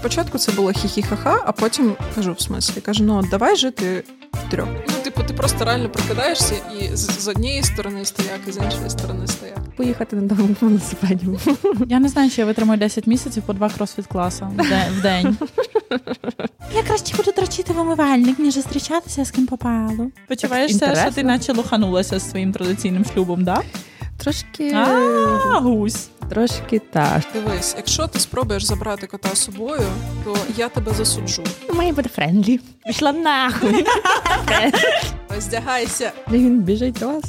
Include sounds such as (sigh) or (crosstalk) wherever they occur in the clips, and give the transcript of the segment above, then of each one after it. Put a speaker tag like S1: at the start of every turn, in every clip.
S1: Спочатку це було хі-хі-ха-ха, а потім кажу, в смислі, кажу, ну от давай жити в трьох.
S2: Ну, типу, ти просто реально прокидаєшся і з, з однієї сторони стояк, і з іншої сторони стояк.
S3: Поїхати на довгому велосипеді.
S4: Я не знаю, чи я витримаю 10 місяців по два кросфіт класа в де- в день. Я краще буду дрочити вимивальник, ніж зустрічатися з ким попало. Почуваєшся, що
S3: Інтересно.
S4: ти наче лоханулася з своїм традиційним шлюбом, да?
S3: Трошки.
S4: А, гусь.
S3: Трошки та.
S2: Дивись, якщо ти спробуєш забрати кота з собою, то я тебе засуджу.
S3: Має бути Ну, френдлі. Пішла нахуй.
S2: Роздягайся.
S3: Він біжить до вас.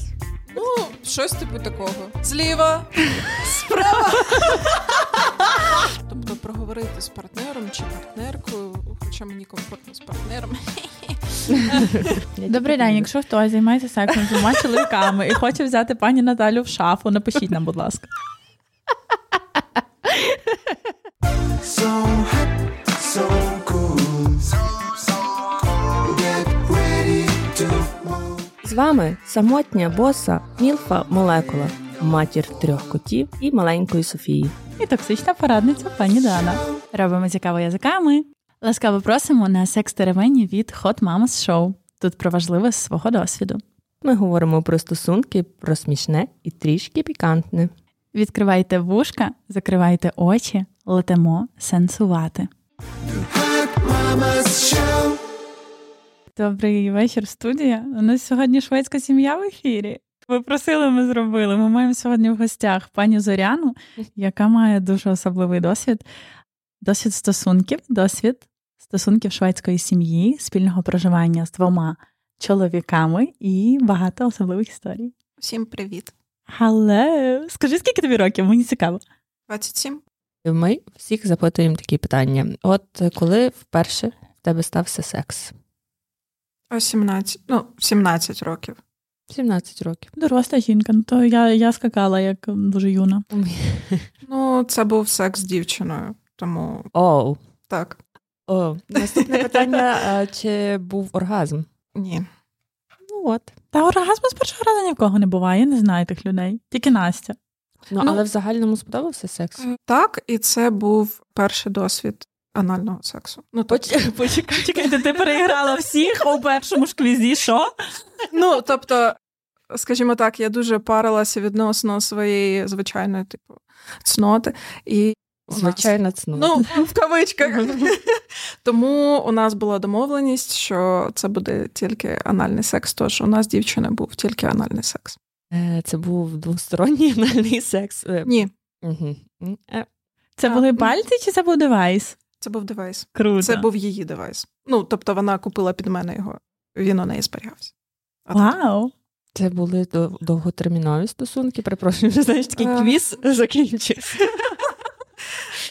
S2: Ну, щось типу такого. Зліва, справа. Тобто проговорити з партнером чи партнеркою, хоча мені комфортно з партнером.
S4: Добрий день. Якщо хтось займається сексом з двома чоловіками і хоче взяти пані Наталю в шафу, напишіть нам, будь ласка.
S5: So hot, so cool. Get ready to move.
S3: З вами самотня боса Мілфа Молекула, матір трьох котів і маленької Софії.
S4: І токсична порадниця пані Дана. Робимо цікаво язиками. Ласкаво просимо на секс-теревені від Hot Mamas Show. Тут про важливе з свого досвіду.
S3: Ми говоримо про стосунки, про смішне і трішки пікантне.
S4: Відкривайте вушка, закривайте очі, летимо сенсувати.
S5: Mama's show.
S4: Добрий вечір, студія. У нас сьогодні шведська сім'я в ефірі. Ви просили, ми зробили. Ми маємо сьогодні в гостях пані Зоряну, яка має дуже особливий досвід. Досвід стосунків, досвід стосунків шведської сім'ї, спільного проживання з двома чоловіками і багато особливих історій.
S2: Всім привіт.
S4: Hello! Скажи, скільки тобі років? Мені цікаво.
S2: 27.
S3: Ми всіх запитуємо такі питання: от е, коли вперше в тебе стався секс?
S2: О 17. Ну, 17 років.
S3: 17 років.
S4: Доросла жінка, ну то я, я скакала як м, дуже юна.
S2: Ну, це був секс з дівчиною, тому
S3: Оу.
S2: так.
S3: О, наступне питання: е, чи був оргазм?
S2: Ні.
S3: Ну от.
S4: Та оргазму з першого разу ні в кого не буває, я не знаю тих людей. Тільки Настя.
S3: Ну,
S2: Ну.
S3: але в загальному сподобався секс?
S2: Так, і це був перший досвід анального сексу. Ну, тобто,
S3: Почекай.
S4: Чекайте, ти переіграла всіх у першому ж квізі, що?
S2: ну, тобто, скажімо так, я дуже парилася відносно своєї звичайної, типу, цноти. І у нас-
S3: Звичайно, цну.
S2: Ну, в кавичках. (laughs) Тому у нас була домовленість, що це буде тільки анальний секс, тож у нас дівчина був тільки анальний секс.
S3: Е, Це був двосторонній (laughs) анальний секс. Е,
S2: Ні,
S3: мгм. М, е,
S4: Це були пальці чи це був девайс?
S2: це був девайс.
S4: Круто.
S2: Це був її девайс. Ну, тобто вона купила під мене його, він у неї зберігався. А так.
S4: Вау!
S3: Це були дов- довготермінові стосунки. Перепрошую, вже знаєш, такий
S2: Е.
S3: квіз (laughs) закінчився.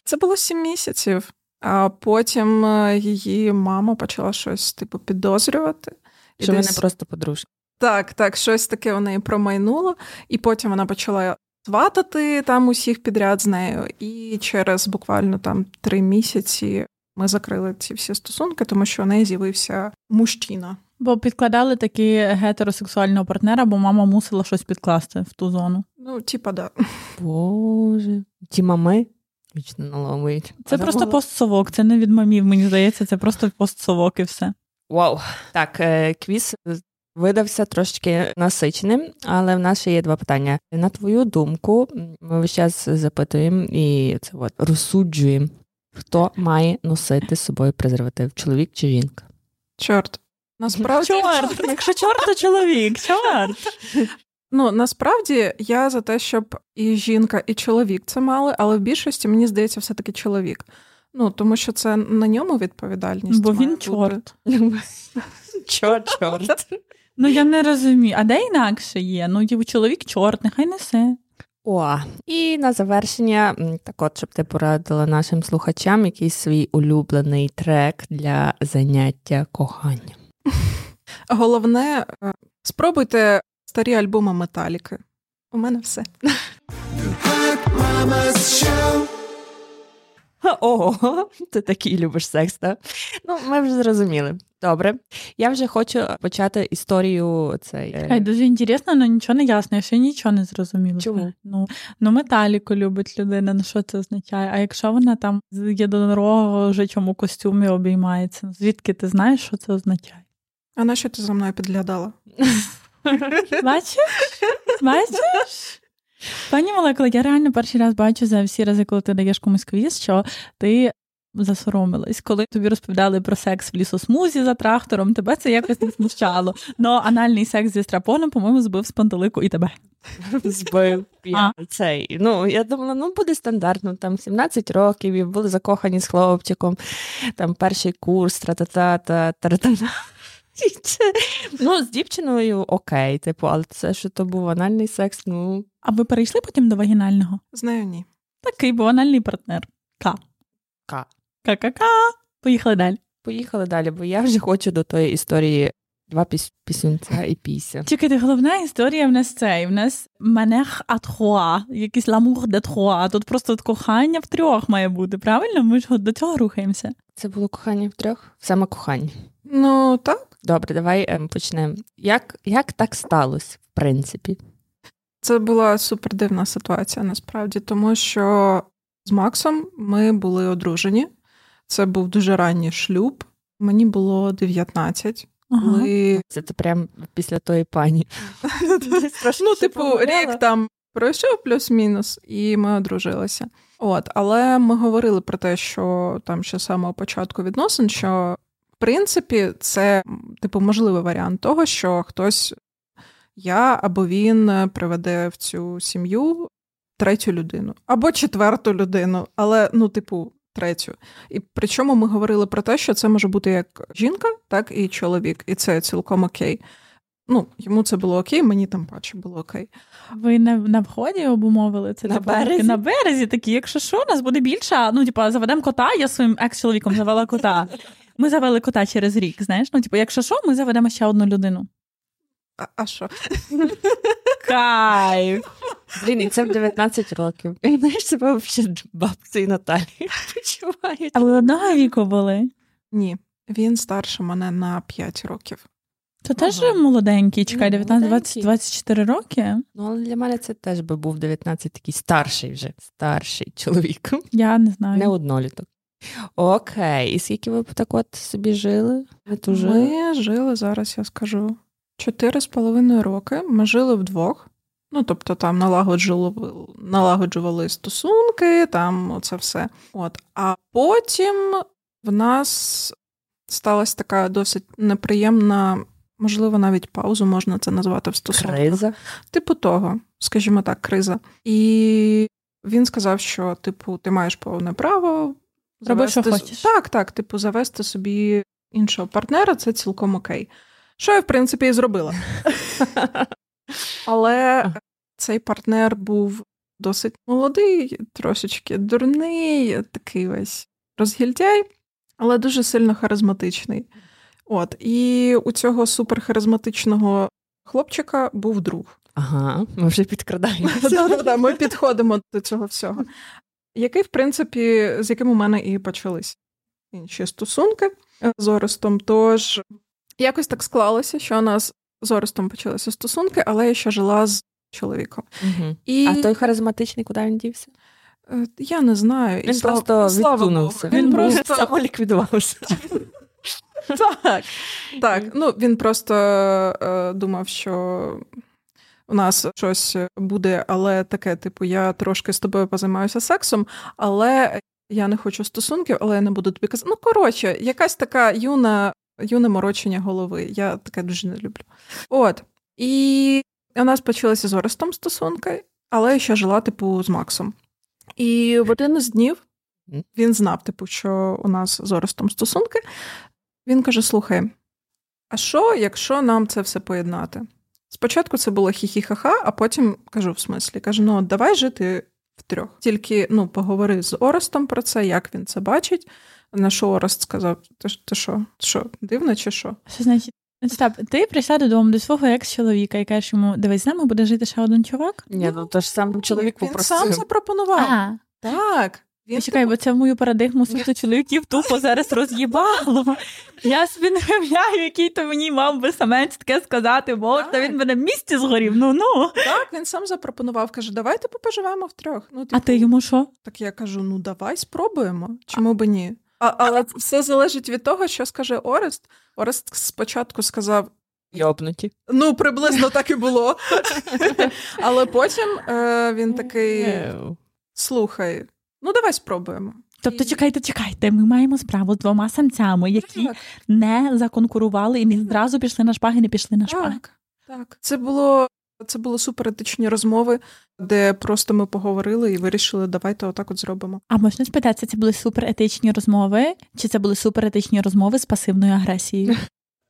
S2: Це було сім місяців. А потім е, її мама почала щось типу підозрювати. І
S3: Що вони
S2: десь-
S3: просто подружки.
S2: Так, так, щось таке у неї промайнуло, і потім вона почала сватати там усіх підряд з нею. І через буквально там три місяці ми закрили ці всі стосунки, тому що у неї з'явився мужчина.
S4: Бо підкладали такі гетеросексуального партнера, бо мама мусила щось підкласти в ту зону.
S2: Ну, типа, да.
S3: Боже. Ті мами вічно наломують.
S4: Це
S3: Вона
S4: просто
S3: була-
S4: постсовок, це не від мамів, мені здається, це просто постсовок і все.
S3: Вау. Так, е, квіз видався трошечки насиченим, але в нас ще є два питання. На твою думку, м, ми весь час запитуємо і це от розсуджуємо, хто має носити з собою презерватив, чоловік чи жінка?
S2: Чорт. Насправді,
S4: Чорт! Якщо чорт, то чоловік, чорт!
S2: ну насправді я за те, щоб і жінка, і чоловік це мали, але в більшості мені здається, все-таки чоловік. Ну тому що це на ньому відповідальність.
S4: Бо
S2: має
S4: він
S2: бути.
S4: чорт.
S3: Чорт, чорт.
S4: Ну я не розумію, а де інакше є? Ну і чоловік чорт, нехай несе.
S3: О, і на завершення, м, так от, щоб ти порадила нашим слухачам якийсь свій улюблений трек для заняття кохання.
S2: Головне, е, спробуйте старі альбоми Металіки. У мене все.
S5: Hot Mama's show.
S3: (laughs) Ого, ти такий любиш секс, так? Ну, ми вже зрозуміли. Добре. Я вже хочу почати історію цей. е,
S4: Хай дуже інтересно, але нічого не ясно, я ще нічого не зрозуміла.
S3: Чому?
S4: Ну, ну металіку любить людина, ну що це означає? А якщо вона там з єдинорогого жичом у костюмі обіймається, ну, звідки ти знаєш, що це означає?
S2: А на що ти за мною підглядала?
S4: Бачиш? Бачиш? Пані Молекула, я реально перший раз бачу за всі рази, коли ти даєш комусь квіз, що ти засоромилась, коли тобі розповідали про секс в лісосмузі за трактором, тебе це якось не смущало. Ну, анальний секс зі страпоном, по-моєму, збив з пантелику і тебе.
S3: (laughs) збив я цей. Ну, я думала, ну буде стандартно, там 17 років, і були закохані з хлопчиком, там перший курс, тра-та-та, та та Ну, з дівчиною окей, типу, але це що то був анальний секс, ну.
S4: А ви перейшли потім до вагінального?
S2: Знаю, ні.
S4: Такий був анальний партнер. К.
S3: К.
S4: Ка-ка-ка. Поїхали далі.
S3: Поїхали далі, бо я вже хочу до тої історії два піс- пісюнця і пісня.
S4: Чекайте, головна історія в нас цей. В нас манех атхуа, якийсь ламур де тхуа. Тут просто от кохання в трьох має бути, правильно? Ми ж от до цього рухаємося.
S3: Це було кохання втрьох? Саме кохання.
S2: Ну так,
S3: Добре, давай ем, почнемо. Як, як так сталося, в принципі?
S2: це була супердивна ситуація насправді, тому що з Максом ми були одружені. Це був дуже ранній шлюб. Мені було 19,
S4: Ага. (laughs)
S2: коли
S3: Це ти прям після тої
S2: (laughs)
S3: пані.
S2: Ну, типу, рік там пройшов плюс-мінус, і ми одружилися. От, але ми говорили про те, що там ще з самого початку відносин, що в принципі це м, типу можливий варіант того, що хтось я або він е, приведе в цю сім'ю третю людину або четверту людину, але ну, типу, третю. І причому ми говорили про те, що це може бути як жінка, так і чоловік, і це цілком окей. Ну, йому це було окей, мені там паче було окей.
S4: Ви на, на вході обумовили це
S3: На
S4: типу, таки
S3: березі?
S4: на березі. Такі, якщо що, нас буде більше. а, Ну, типу, заведемо кота. Я своїм екс-чоловіком завела кота. Ми завели кота через рік. Знаєш, ну типу, якщо що, ми заведемо ще одну людину.
S2: А, а що?
S3: Кайф. Блін, і це в 19 років. І знаєш себе взагалі бабцею Наталі (laughs) почувають.
S4: А ви одного віку були?
S2: Ні, він старше мене на 5 років.
S4: То теж
S3: Ага.
S4: молоденький,
S3: Ну,
S4: чекай, 19, 20,
S3: молоденький.
S4: 24 роки.
S3: Ну, але для мене це теж би був 19 такий старший вже. Старший чоловік.
S4: Я не знаю.
S3: Не одноліток. Окей, і скільки ви б так от собі жили? Не дуже.
S2: Ми жили зараз, я скажу, 4,5 роки. Ми жили вдвох. Ну, тобто там налагоджували, налагоджували стосунки, там оце все. От. А потім в нас сталася така досить неприємна, можливо, навіть паузу можна це назвати в стосунках.
S3: Криза.
S2: типу того, скажімо так, криза. І він сказав, що типу, ти маєш повне право
S4: Роби, що
S2: завести-
S4: хочеш.
S2: Так, так, типу, завести собі іншого партнера, це цілком окей. Що я, в принципі, і
S4: (laughs)
S2: зробила. Але цей партнер був досить молодий, трошечки дурний, такий весь розгільдяй, але дуже сильно харизматичний. От, і у цього суперхаризматичного хлопчика був друг.
S3: Ага, ми вже (laughs) підкрадаємося.
S2: Да-да-да, Ми підходимо до цього всього. Який, в принципі, з яким у мене і почались інші стосунки е, з Орестом. Тож якось так склалося, що у нас з Орестом почалися стосунки, але я ще жила з чоловіком.
S3: Мгм.
S2: І
S3: А той харизматичний, куди він дівся?
S2: е, я не знаю, і
S3: Він
S2: слава-
S3: просто ну,
S2: слава Богу.
S3: відсунувся.
S2: Він просто
S3: (laughs) самоліквідувався.
S2: так. Так, ну він просто е, думав, що у нас щось буде, але таке, типу, я трошки з тобою позаймаюся сексом, але я не хочу стосунків, але я не буду тобі казати. Ну, коротше, якась така юна, юне морочення голови. Я таке дуже не люблю. От. І у нас почалися з Орестом стосунки, але я ще жила, типу, з Максом. І в один із днів
S3: Мгм.
S2: він знав, типу, що у нас з Орестом стосунки. Він каже: слухай, а що, якщо нам це все поєднати? Спочатку це було хі-хі-ха-ха, а потім кажу в смислі: кажу: ну от давай жити втрьох. Тільки ну, поговори з Орестом про це, як він це бачить. На що Орест сказав: ти, ж- ти що, що, дивно чи що?
S4: Що значить? Остап, ти прийшла додому до свого екс-чоловіка і кажеш йому, дивись, з нами буде жити ще один чувак?
S3: Ні, ну то ж сам чоловік
S2: Він сам
S3: попросив.
S2: запропонував. Так. Він
S4: Чекай, бо це в мою парадигму суто чоловіків тупо зараз роз'їбало. Я собі не уявляю, який то мені мав би самець таке сказати, бо та він би на місці згорів. Ну ну.
S2: так, він сам запропонував, каже, давай типу поживемо втрьох. Ну,
S4: А
S2: типу,
S4: ти йому що?
S2: Так я кажу: ну давай спробуємо. Чому би ні? А, але це все залежить від того, що скаже Орест. Орест спочатку сказав:
S3: Йобнуті.
S2: ну, приблизно так і було. Але потім е, він такий:
S3: Єу.
S2: слухай, ну давай спробуємо.
S4: Тобто, чекайте, чекайте, ми маємо справу з двома самцями, які
S2: Так,
S4: не законкурували і не зразу пішли на шпаги, не пішли на шпаги.
S2: так, так. Це було. Це були суперетичні розмови, де просто ми поговорили і вирішили, давайте отак от зробимо.
S4: А можна спитатися, це були суперетичні розмови, чи це були суперетичні розмови з пасивною агресією?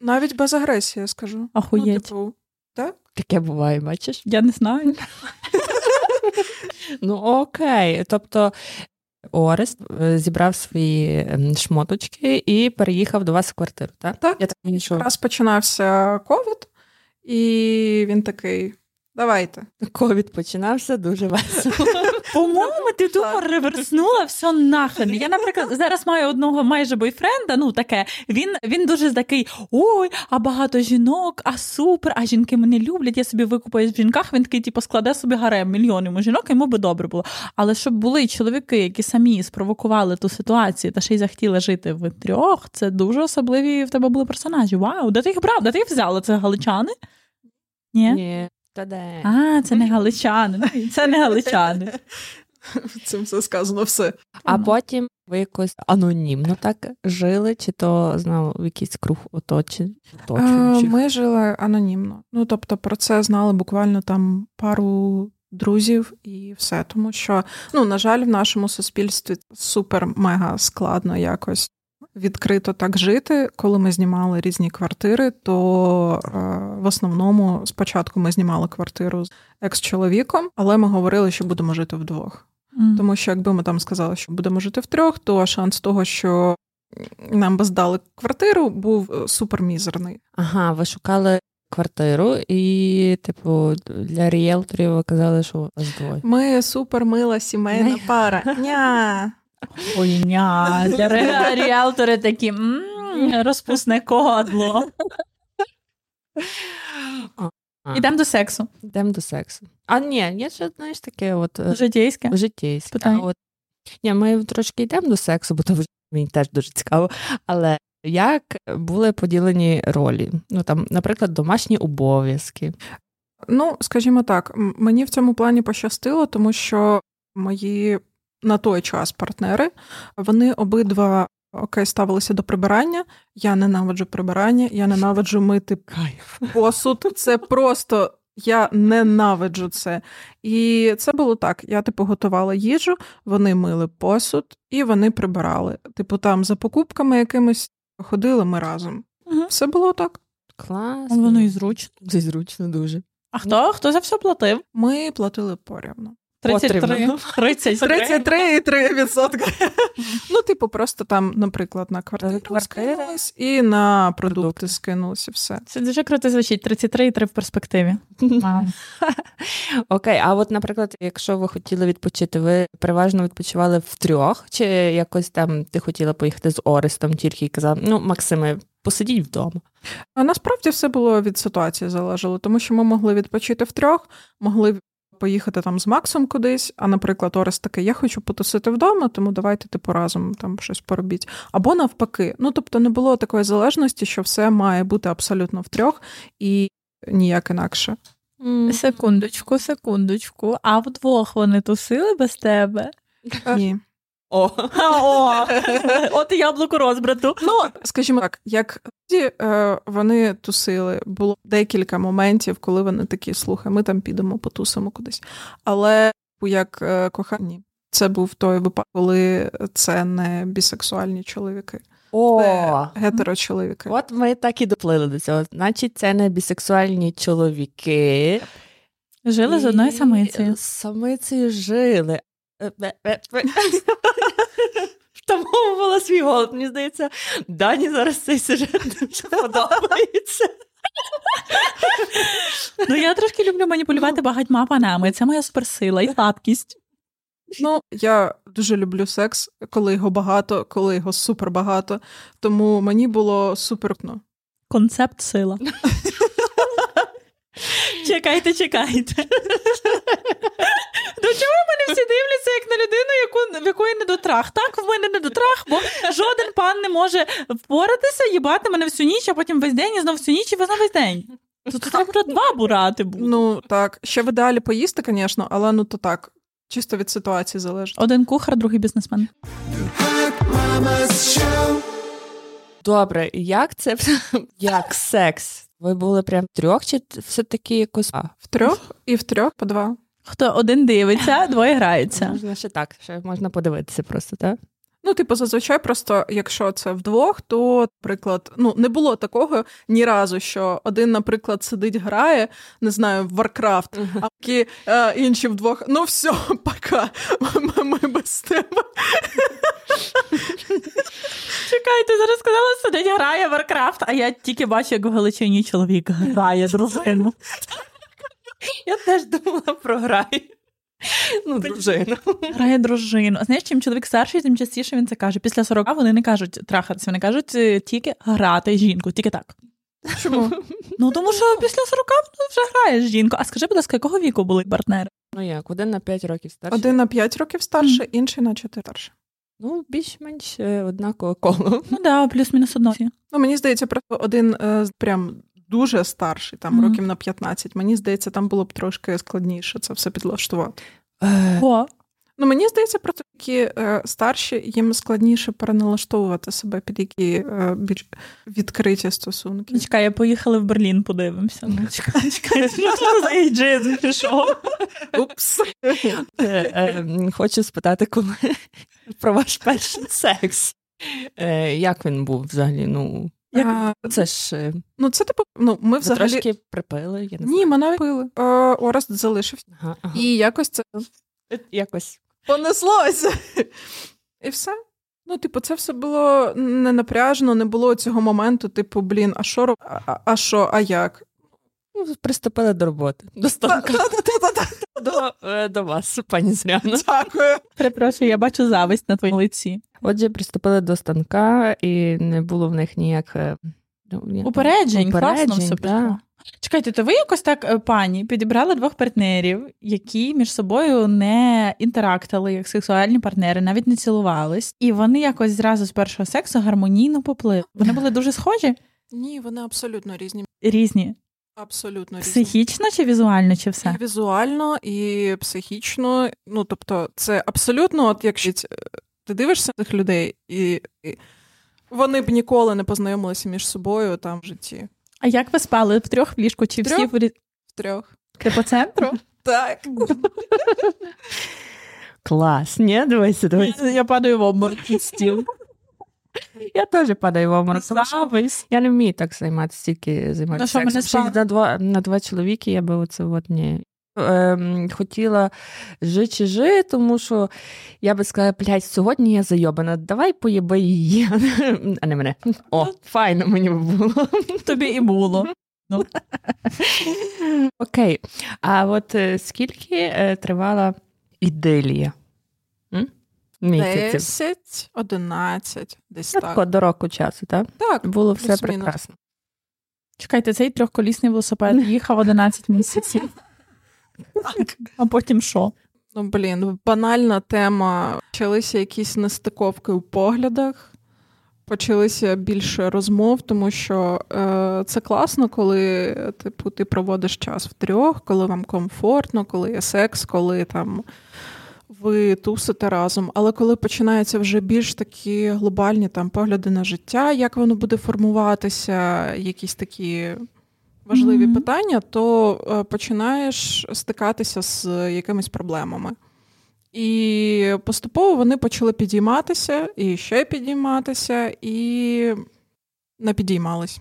S2: Навіть без агресії, я скажу. Ну,
S4: Ахуєть.
S2: типу,
S3: Таке буває, бачиш?
S4: Я не знаю.
S3: Ну окей. Тобто Орест е, зібрав свої ем, шмоточки і переїхав до вас в квартиру, так?
S2: Так.
S3: Я так мені що
S2: Раз починався ковід, і він такий: давайте. (laughs)
S3: ковід починався дуже весело.
S4: По-моєму, ти тупо реверснула все нахрен. Я, наприклад, зараз маю одного майже бойфренда, ну таке. Він, він дуже такий: ой, а багато жінок, а супер, а жінки мене люблять, я собі викупаюсь в жінках. Він такий, типу, складе собі гарем мільйон йому жінок, йому би добре було. Але щоб були й чоловіки, які самі спровокували ту ситуацію та ще й захотіли жити в трьох, це дуже особливі в тебе були персонажі. Вау, де ти їх брав? Де ти їх взяла? Це галичани? Ні?
S3: Ні. Та де?
S4: А, це не галичани. Це не галичани.
S2: Цим все сказано все.
S3: А
S4: Ну.
S3: потім ви якось анонімно так жили, чи то знову якийсь круг оточень, оточуючих?
S2: Е, Ми жили анонімно. Ну тобто про це знали буквально там пару друзів і все. Тому що, ну на жаль, в нашому суспільстві супер-мега складно якось. Відкрито так жити, коли ми знімали різні квартири, то е, в основному спочатку ми знімали квартиру з екс-чоловіком, але ми говорили, що будемо жити вдвох.
S4: М.
S2: Тому що якби ми там сказали, що будемо жити втрьох, то шанс того, що нам би здали квартиру, був е, супермізерний.
S3: Ага, ви шукали квартиру, і, типу, для ріелторів ви казали, що у вас
S2: (gasps)
S3: двоє.
S2: Ми супермила сімейна пара. Ня.
S4: Ой, ня, для ре- ріелтори такі «М, розпусне кодло.
S3: А.
S4: Ідемо до сексу.
S3: Йдемо до сексу. А ні, є ще, знаєш, таке от е,
S4: Житейське.
S3: житейське.
S4: Питання.
S3: А От, ні, ми трошки йдемо до сексу, бо то вже мені теж дуже цікаво. Але як були поділені ролі? Ну там, наприклад, домашні обов'язки.
S2: Ну, скажімо так, м- мені в цьому плані пощастило, тому що мої на той час партнери вони обидва окей ставилися до прибирання. Я ненавиджу прибирання, я ненавиджу мити
S3: Кайф.
S2: посуд. Це просто я ненавиджу це. І це було так: я типу готувала їжу, вони мили посуд і вони прибирали. Типу, там за покупками якимись ходили ми разом.
S4: Мгм.
S2: Все було так.
S3: Клас.
S4: Воно і зручно.
S3: Це зручно дуже.
S4: А хто? Хто за все платив?
S2: Ми платили порівну.
S4: 33.
S3: Потрібно.
S4: 33.
S2: 33,3%. (laughs) Ну, типу, просто там, наприклад, на квартиру
S3: Квартира.
S2: скинулись і на
S3: Продукти.
S2: продукти скинулись, і все.
S4: Це дуже круто звучить. 33 і 3 в перспективі.
S3: Окей, а от, наприклад, якщо ви хотіли відпочити, ви переважно відпочивали втрьох, чи якось там ти хотіла поїхати з Орестом тільки і казала, ну, Максиме, посидіть вдома.
S2: А насправді все було від ситуації залежало, тому що ми могли відпочити втрьох, могли поїхати там з Максом кудись. А, наприклад, Орес такий, я хочу потусити вдома, тому давайте типу разом там щось поробіть. Або навпаки. Ну тобто не було такої залежності, що все має бути абсолютно втрьох і ніяк інакше.
S4: Секундочку, секундочку. А вдвох вони тусили без тебе.
S2: Ні.
S3: О.
S4: О, (laughs) от і яблуко розбрату.
S2: Ну, скажімо так, як ті, е, вони тусили, було декілька моментів, коли вони такі, слухай, ми там підемо, потусимо кудись. Але типу, як е, кохані, це був той випадок, коли це не бісексуальні чоловіки,
S3: О.
S2: це гетерочоловіки.
S3: От ми так і доплили до цього. Значить, це не бісексуальні чоловіки.
S4: Жили з одною
S3: І
S4: самицею.
S3: З самицею жили. Е, бе, бе, бе. Втамовувала свій голод. Мені здається, Дані зараз цей сюжет дуже подобається.
S4: Ну я трошки люблю маніпулювати багатьма панами. Це моя суперсила і слабкість.
S2: Ну, я дуже люблю секс, коли його багато, коли його супербагато. Тому мені було суперкно.
S4: Концепт сила. Чекайте, чекайте. До чого мене всі дивляться як на людину, яку в якої не до трах? Так, в мене не до трах, бо жоден пан не може впоратися, їбати мене всю ніч, а потім весь день і знов всю ніч і знову весь день. Тут треба два бурати бути.
S2: Ну так, ще в ідеалі поїсти, звісно, але ну то так, чисто від ситуації залежить.
S4: Один кухар, другий бізнесмен.
S5: Hot mama's show.
S3: Добре, як це як секс? Ви були прям трьох, чи все-таки якось а,
S2: В трьох і в трьох по два.
S4: Хто один дивиться, двоє граються.
S3: можна ще так, ще можна подивитися просто, так?
S2: Ну, типу, зазвичай, просто якщо це вдвох, то, наприклад, ну не було такого ні разу, що один, наприклад, сидить, грає, не знаю, в Warcraft, а такі е, інші вдвох. Ну все, (laughs) пока. Ми, ми без тебе.
S4: Чекайте, зараз сказала, сидить, грає Варкрафт, а я тільки бачу, як в Галичині чоловік грає дружину.
S3: Я теж думала про грай. Ну, дружину.
S4: Грає дружину. А знаєш, чим чоловік старший, тим частіше він це каже. Після 40 вони не кажуть трахатися, вони кажуть е, тільки грати жінку, тільки так.
S2: (laughs) Чому?
S4: Ну тому що після 40 ну, вже граєш жінку. А скажи, будь ласка, якого віку були партнери?
S3: Ну як, один на п'ять років старший.
S2: Один на п'ять років старше, інший на чотири старше.
S3: Ну, більш-менш е, однакове коло.
S4: Ну да, плюс-мінус одно.
S2: Ну, мені здається, просто один е, з- прям дуже старший, там
S4: Мгм.
S2: років на 15. Мені здається, там було б трошки складніше це все підлаштувати.
S4: О,
S2: Ну, мені здається, про такі е, старші їм складніше переналаштовувати себе під які е, більш відкриті стосунки.
S4: ну, (laughs) чекай, я поїхали в Берлін, подивимося. Ну, чекай, чекай, що це за ейджизм пішов?
S2: (laughs) Упс.
S3: Е, е, Хочу спитати коли про ваш перший секс. Е, Як він був взагалі? Ну,
S2: Е,
S3: це ж е, ви
S2: ну, це типу, ну ми взагалі.
S3: трошки припили, я не знаю.
S2: Ні, ми навіть пили. Е, Орест залишився.
S3: Ага, ага.
S2: І якось це
S3: Е, Якось.
S2: понеслося. І все. Ну, типу, це все було не напряжено, не було цього моменту, типу, блін, а що роб- а- а- а що, а як?
S3: Ну, приступили до роботи. До станка. До, е, до вас, пані Зряна.
S2: Дякую.
S4: Перепрошую, я бачу зависть на твоєму лиці.
S3: Отже, приступили до станка, і не було в них ніяк. е, ну, як-
S4: Упереджень, класно
S3: Упереджень,
S4: все
S3: да.
S4: пішло. Чекайте, то ви якось так, е, пані, підібрали двох партнерів, які між собою не інтерактили як сексуальні партнери, навіть не цілувались, і вони якось зразу з першого сексу гармонійно поплили. Вони були дуже схожі,
S2: Ні, вони абсолютно різні.
S4: різні,
S2: Абсолютно різні.
S4: психічно чи візуально, чи все.
S2: І візуально, і психічно. Ну, тобто, це абсолютно, от якщо ць- ти дивишся на цих людей, і, і вони б ніколи не познайомилися між собою там в житті.
S4: А як ви спали в трьох в ліжку, чи всі
S2: Трьох?
S4: в рі-
S2: В трьох.
S4: ти по центру?
S2: Так.
S3: Клас, ні, дивися, дивися.
S4: Я падаю в обморок від стіл.
S3: Я теж падаю в обморок. тому що (laughs)
S4: Зависть.
S3: Я не вмію так займатися, стільки
S4: Ну,
S3: займатися
S4: що, ми не
S3: сексом. Ще й
S4: спали?
S3: на два, на два чоловіки я би оце от ні. Ем, хотіла жи чи жи, тому що я би сказала, блядь, сьогодні я зайобана, давай поїби її, (laughs) а не мене. О, файно мені би було.
S4: Тобі і було.
S3: Окей. А от е, скільки е, тривала ідилія? М? Місяців.
S2: 10, 11, десь
S3: Ну,
S2: так.
S3: тако, До року часу, так?
S2: Так,
S3: Було
S4: Ну,
S3: все
S2: плюс-мінус.
S3: прекрасно.
S4: Чекайте, цей трьохколісний велосипед їхав 11 місяців. А потім що?
S2: Ну, блін, банальна тема. Почалися якісь нестиковки у поглядах, почалися більше розмов, тому що е, це класно, коли типу, ти проводиш час втрьох, коли вам комфортно, коли є секс, коли там. Ви тусите разом, але коли починаються вже більш такі глобальні там погляди на життя, як воно буде формуватися, якісь такі важливі
S4: Мгм.
S2: питання, то е, починаєш стикатися з якимись проблемами. І поступово вони почали підійматися і ще підійматися, і не підіймались.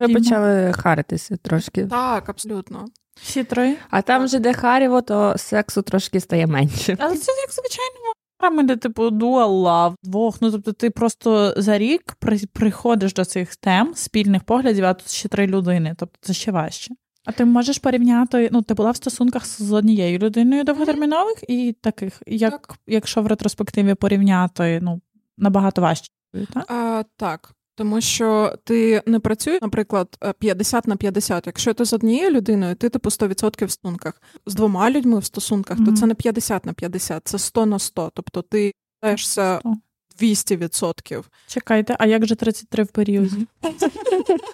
S3: Ми
S4: Фільм.
S3: почали харитися трошки.
S2: Так, абсолютно.
S4: Всі три.
S3: А там же, де Харіво, то сексу трошки стає менше.
S4: Але це як звичайно парами, де типу dual love, двох. Ну тобто ти просто за рік при- приходиш до цих тем спільних поглядів, а тут ще три людини. Тобто це ще важче. А ти можеш порівняти, ну ти була в стосунках з однією людиною довготермінових і таких, як якщо в ретроспективі порівняти, ну набагато важче, так?
S2: А, так. Тому що ти не працюєш, наприклад, 50 на 50. Якщо ти з однією людиною, ти типу 100% в стосунках. З двома людьми в стосунках, то
S4: Мгм.
S2: це не 50 на 50, це 100 на 100. Тобто ти даєшся
S4: Сто.
S2: 200%.
S4: Чекайте, а як же 33 в періоді?
S3: (laughs)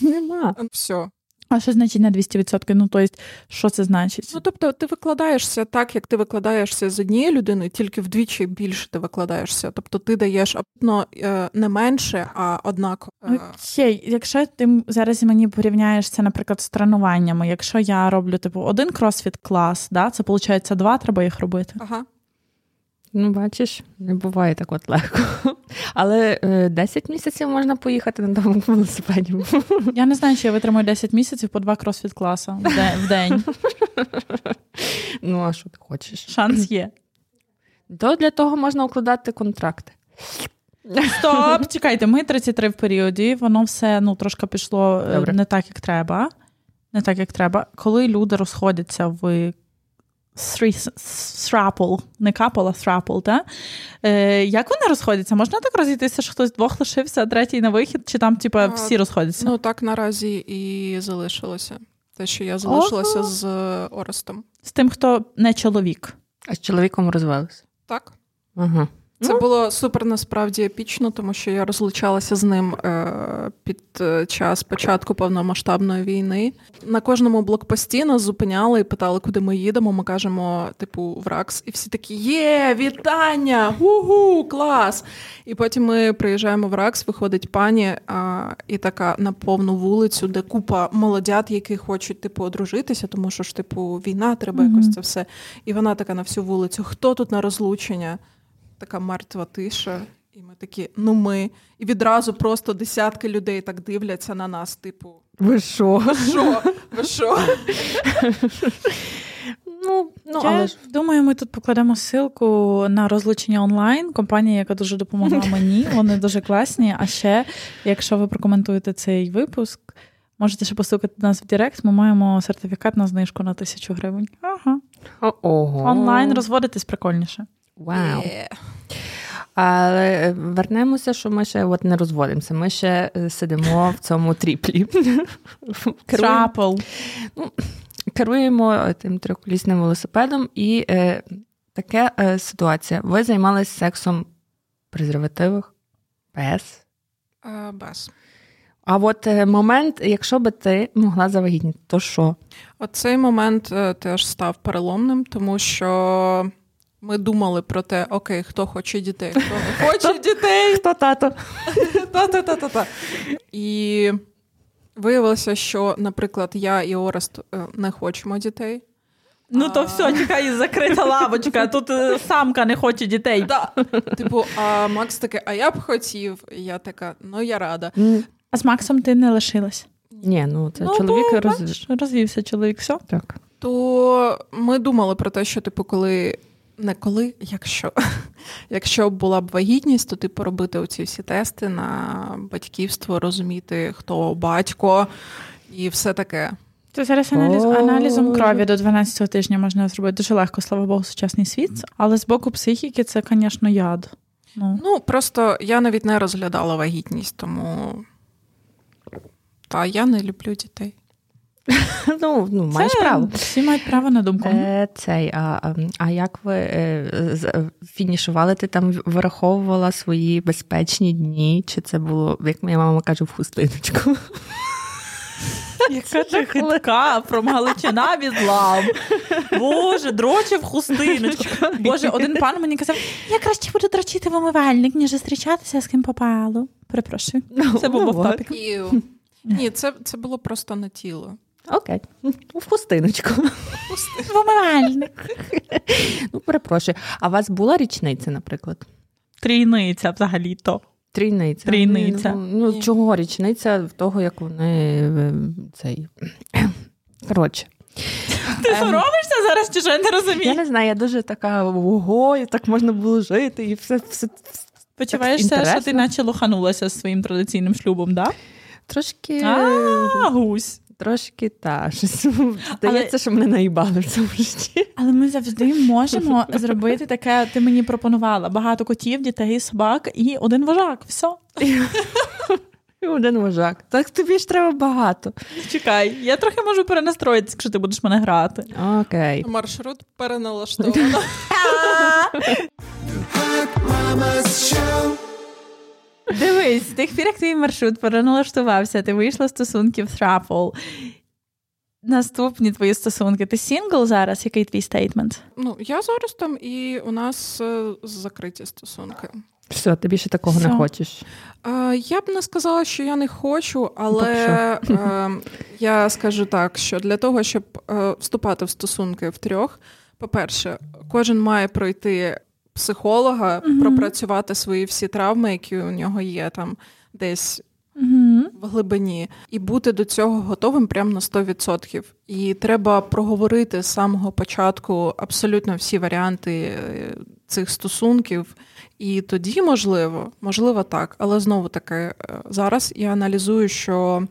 S3: Нема.
S2: Все.
S4: А що значить на 200%? Ну, тобто, що це значить?
S2: Ну тобто, ти викладаєшся так, як ти викладаєшся з однією людиною, тільки вдвічі більше ти викладаєшся. Тобто ти даєш абсолютно е, не менше, а однаково.
S4: Ну,
S2: е,
S4: Окей, якщо ти м- зараз мені порівняєш це, наприклад, з тренуваннями, якщо я роблю типу один кросфіт клас, да, це виходить два, треба їх робити.
S2: Ага.
S3: Ну, бачиш, не буває так от легко. Але е, 10 місяців можна поїхати на тому велосипеді.
S4: Я не знаю, чи я витримую 10 місяців по два кросфіт класа в де- в день.
S3: Ну, а що ти хочеш?
S4: Шанс є.
S3: То для того можна укладати контракти.
S4: Стоп, чекайте, ми 33 в періоді, воно все ну трошки пішло е,
S3: Добре.
S4: не так, як треба. Не так, як треба. Коли люди розходяться в срапл, не капала, срапл, та? Е, як вони розходяться? Можна так розійтися, що хтось двох лишився, а третій на вихід, чи там, типа,
S2: А,
S4: всі розходяться?
S2: Ну так наразі і залишилося. Те, що я залишилася з е, Орестом.
S4: З тим, хто не чоловік.
S3: А з чоловіком розвелися.
S2: Так.
S3: Ага.
S2: Це
S3: Ну.
S2: було супер насправді епічно, тому що я розлучалася з ним е, під е, час початку повномасштабної війни. На кожному блокпості нас зупиняли і питали, куди ми їдемо. Ми кажемо, типу, в РАКС, і всі такі є, вітання! Гу-гу, клас! І потім ми приїжджаємо в РАКС, виходить пані а, і така на повну вулицю, де купа молодят, які хочуть типу одружитися, тому що ж типу війна, треба
S4: Мгм.
S2: якось це все. І вона така на всю вулицю. Хто тут на розлучення? Така мертва тиша. І ми такі, ну ми. І відразу просто десятки людей так дивляться на нас, типу,
S3: Ви що?
S2: що? Ви що?
S3: Ну, ну
S4: Я
S3: але ж
S4: думаю, ми тут покладемо ссылку на розлучення онлайн. Компанія, яка дуже допомогла (laughs) мені, вони дуже класні. А ще, якщо ви прокоментуєте цей випуск, можете ще постукати нас в Директ. Ми маємо сертифікат на знижку на тисячу гривень. Ага.
S3: О- ого.
S4: Онлайн розводитись прикольніше.
S3: Вау.
S2: Е,
S3: Але е, вернемося, що ми ще от не розводимося. Ми ще е, сидимо в цьому тріплі. Керуємо,
S4: Трапл.
S3: керуємо е, тим триколісним велосипедом. І е, така е, ситуація. Ви займалися сексом презервативах без.
S2: Е, без.
S3: А от е, момент, якщо би ти могла завагітніти, то що?
S2: Оцей момент е, теж став переломним, тому що ми думали про те, окей, хто хоче дітей, хто не хоче дітей.
S3: Хто тато?
S2: Та-та-та-та-та. І виявилося, що, наприклад, я і Орест е, не хочемо дітей.
S4: Ну то все, чекай, закрита (laughs) лавочка. Тут е, самка не хоче дітей.
S2: Да. Типу, а Макс таке, а я б хотів. І я така, ну я рада.
S4: А з Максом ти не лишилась.
S3: Ні, ну це
S4: Ну,
S3: чоловік
S4: бо,
S3: роз...
S4: бачиш, розвівся чоловік. Все.
S3: Так. (laughs)
S2: То ми думали про те, що типу, коли не коли, якщо (laughs) якщо була б вагітність, то типу робити оці всі тести на батьківство, розуміти, хто батько і все таке.
S4: Це зараз аналіз,
S3: Боже.
S4: аналізом крові до 12 тижня можна зробити дуже легко, слава Богу, сучасний світ. Але з боку психіки це, звісно, яд. Ну,
S2: Ну просто я навіть не розглядала вагітність, тому та я не люблю дітей.
S3: Ну, ну маєш
S4: це
S3: право.
S4: Всі мають право на думку.
S3: Е, цей, а, а, а як ви е, з- е, фінішували? Ти там враховувала свої безпечні дні? Чи це було, як моя мама каже, в хустиночку?
S4: Яка ти хитка from Галичина від лав. Боже, дрочив хустиночку. Боже, один пан мені казав: я краще буду дрочити в умивальник, ніж зустрічатися з ким попало. Перепрошую. Це був
S3: Ну,
S4: був топік.
S2: Ні, це, це було просто на тіло.
S3: Окей, Ну, в хустиночку.
S4: В умивальник.
S3: Ну, перепрошую. А у вас була річниця, наприклад?
S4: Трійниця взагалі-то.
S3: Трійниця.
S4: Трійниця.
S3: Ну, ну,
S2: Ні.
S3: чого річниця в того, як вони е, цей. (clears throat) Коротше.
S4: Ти соромишся зараз чи що? Я не
S3: Я
S4: розумію?
S3: не знаю, я дуже така ого, і так можна було жити, і все, все
S4: Почуваєшся, що ти
S3: Інтересно.
S4: наче лоханулася з своїм традиційним шлюбом, да?
S3: трошки.
S4: А, гусь.
S3: Трошки та щось здається, що мене наїбали в цьому житті.
S4: Але ми завжди можемо зробити таке. Ти мені пропонувала багато котів, дітей, собак і один вожак. Все.
S3: І Один вожак. Так тобі ж треба багато.
S4: Чекай, я трохи можу перенастроїтися, якщо ти будеш мене грати.
S3: Окей.
S2: Маршрут переналаштовано.
S5: Hack Mama's Show.
S4: Дивись, з тих пір, як твій маршрут переналаштувався, ти вийшла з стосунків з Рафл. Наступні твої стосунки. Ти сингл зараз? Який твій стейтмент?
S2: (laughs) Ну, я зараз там, і у нас е, закриті стосунки.
S3: Все, ти більше такого
S4: Все.
S3: не хочеш.
S2: Е, Я б не сказала, що я не хочу, але е, я скажу так: що для того, щоб е, вступати в стосунки в трьох, по-перше, кожен має пройти психолога,
S4: Мгм.
S2: пропрацювати свої всі травми, які у нього є там десь
S4: Угу.
S2: в глибині, і бути до цього готовим прямо на 100%. І треба проговорити з самого початку абсолютно всі варіанти е, цих стосунків. І тоді, можливо, можливо, так, але знову таки, е, зараз я аналізую, що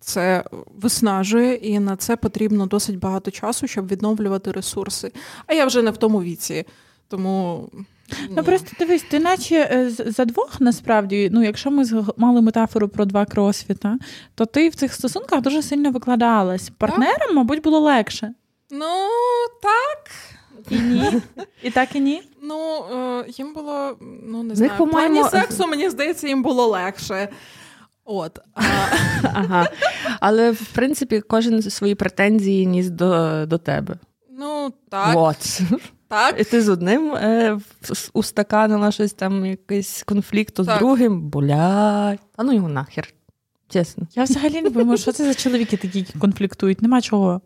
S2: це виснажує, і на це потрібно досить багато часу, щоб відновлювати ресурси. А я вже не в тому віці, тому.
S4: Ну
S2: ні.
S4: просто дивись, ти наче е, з- за двох насправді, ну якщо ми зг- мали метафору про два кросфіта, то ти в цих стосунках дуже сильно викладалась. Партнерам, мабуть, було легше.
S2: Ну, так.
S4: І ні. І так і ні.
S2: Ну, е, їм було, ну не
S3: З
S2: знаю,
S3: них,
S2: в плані
S3: по-моєму,
S2: сексу, мені здається, їм було легше. От. А,
S3: Ага. Але в принципі кожен свої претензії ніс до, до тебе.
S2: ну, так,
S3: От.
S2: так.
S3: І ти з одним е, в- с- устаканила щось там, якийсь конфлікт, то з
S2: Так.
S3: другим, блядь. А ну його нахер. Чесно.
S4: Я взагалі не думаю, що це за чоловіки такі, які конфліктують. Нема чого.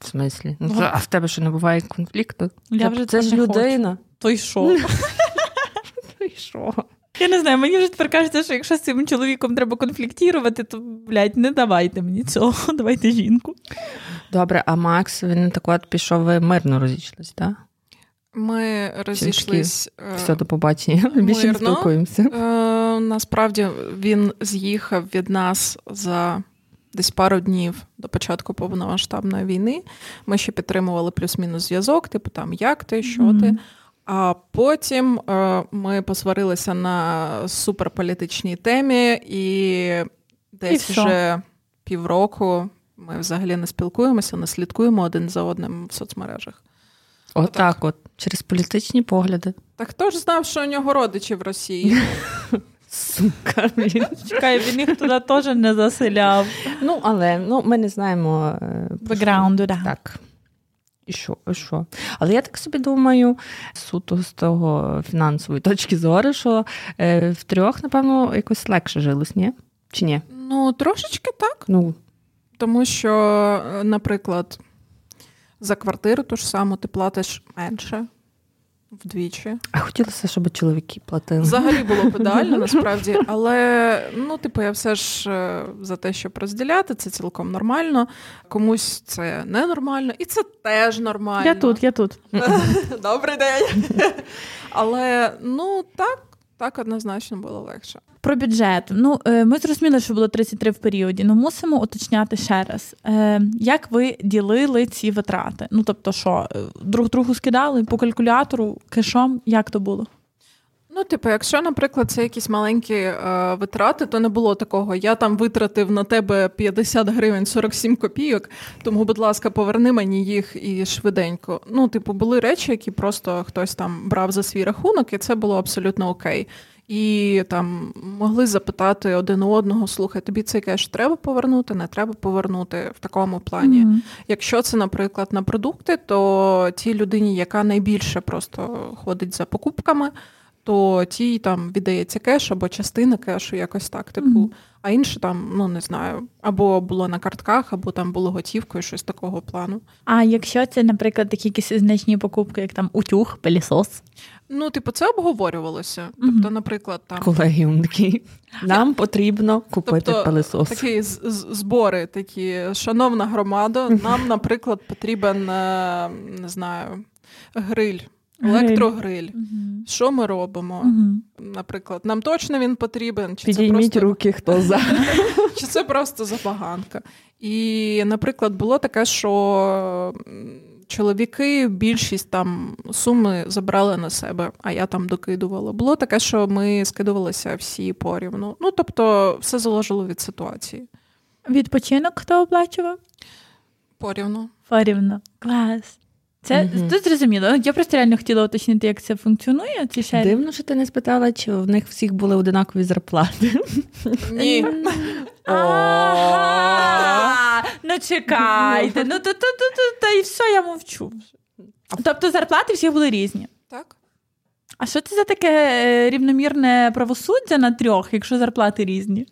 S3: В смислі?
S4: Ну,
S3: Ну, а в тебе що не буває конфлікту?
S4: Я
S3: Це- це
S4: вже так
S3: ж
S4: не хочу.
S3: людина.
S4: То й що?
S3: Ти що?
S4: Я не знаю, мені вже тепер кажеться, що якщо з цим чоловіком треба конфліктувати, то блядь, не давайте мені цього, (laughs) давайте жінку.
S3: Добре, а Макс, він так от пішов, ви мирно розійшлися, так?
S2: Ми розійшлись. е,
S3: Все, до побачення. Більше не
S2: мирно.
S3: спілкуємося.
S2: е, насправді він з'їхав від нас за десь пару днів до початку повномасштабної війни. Ми ще підтримували плюс-мінус зв'язок, типу там як ти, що ти.
S4: Мгм.
S2: А потім е, ми посварилися на суперполітичній темі, і десь
S4: І все.
S2: вже півроку ми взагалі не спілкуємося, не слідкуємо один за одним в соцмережах.
S3: Отак, от, через політичні погляди.
S2: Так хто ж знав, що у нього родичі в Росії?
S3: Сука, він.
S4: Чекай, він їх туди теж не заселяв.
S3: ну, але ну, ми не знаємо. е, про
S4: Бекграунду,
S3: що.
S4: да.
S3: Так. І що, і що? Але я так собі думаю, суто з того фінансової точки зору, що е, в трьох, напевно, якось легше жилось, ні? Чи ні?
S2: Ну, трошечки так.
S3: Ну,
S2: Тому що, е, наприклад, за квартиру ту ж саму ти платиш менше вдвічі.
S3: а хотілося, щоб чоловіки платили.
S2: Взагалі було б
S4: (laughs)
S2: ідеально, насправді. Але ну, типу, я все ж е, за те, щоб розділяти, це цілком нормально. Комусь це ненормально, і це теж нормально.
S4: Я тут, я тут.
S2: Добрий день. (laughs) Але ну так, так однозначно було легше.
S4: Про бюджет. Ну, е, ми зрозуміли, що було 33 в періоді, але мусимо уточняти ще раз. Е, Як ви ділили ці витрати? Ну, тобто, що, е, друг другу скидали по калькулятору, кишом? Як то було?
S2: Ну, типу, якщо, наприклад, це якісь маленькі е, витрати, то не було такого. Я там витратив на тебе 50 гривень 47 копійок, тому, будь ласка, поверни мені їх і швиденько. Ну, типу, були речі, які просто хтось там брав за свій рахунок, і це було абсолютно окей. І там могли запитати один у одного: слухай, тобі цей кеш треба повернути, не треба повернути в такому плані.
S4: Мгм.
S2: Якщо це, наприклад, на продукти, то тій людині, яка найбільше просто ходить за покупками, то тій там віддається кеш або частина кешу, якось так, типу.
S4: Мгм.
S2: А інше там, ну не знаю, або було на картках, або там було готівкою, щось такого плану.
S4: А якщо це, наприклад, такі якісь значні покупки, як там утюг, пилісос?
S2: Ну, типу, це обговорювалося.
S4: Мгм.
S2: Тобто, наприклад, там
S3: Колегіум такий. Нам потрібно купити
S2: Тобто,
S3: пилисос.
S2: такі з- з- збори, такі шановна громада. Нам, наприклад, потрібен е, не знаю, гриль. електрогриль.
S4: Мгм.
S2: Що ми робимо?
S4: Мгм.
S2: Наприклад, нам точно він потрібен, чи це
S3: Підійміть
S2: просто
S3: руки,
S2: (laughs)
S3: хто за.
S2: чи це просто забаганка. І, наприклад, було таке, що м, чоловіки більшість там суми забрали на себе, а я там докидувала. Було таке, що ми скидувалися всі порівну. Ну тобто, все залежало від ситуації.
S4: Відпочинок хто оплачував?
S2: Порівну.
S4: Порівно. Клас. Це
S3: Мгм.
S4: тут зрозуміло. Я просто реально хотіла уточнити, як це функціонує. Ці ще
S3: Дивно, що ти не спитала, чи в них всіх були одинакові зарплати.
S2: Ні,
S4: Ага! Ну чекайте. Ну то, то, то, то, та і все, я мовчу. Тобто зарплати всі були різні.
S2: так.
S4: А що це за таке е, рівномірне правосуддя на трьох, якщо зарплати різні?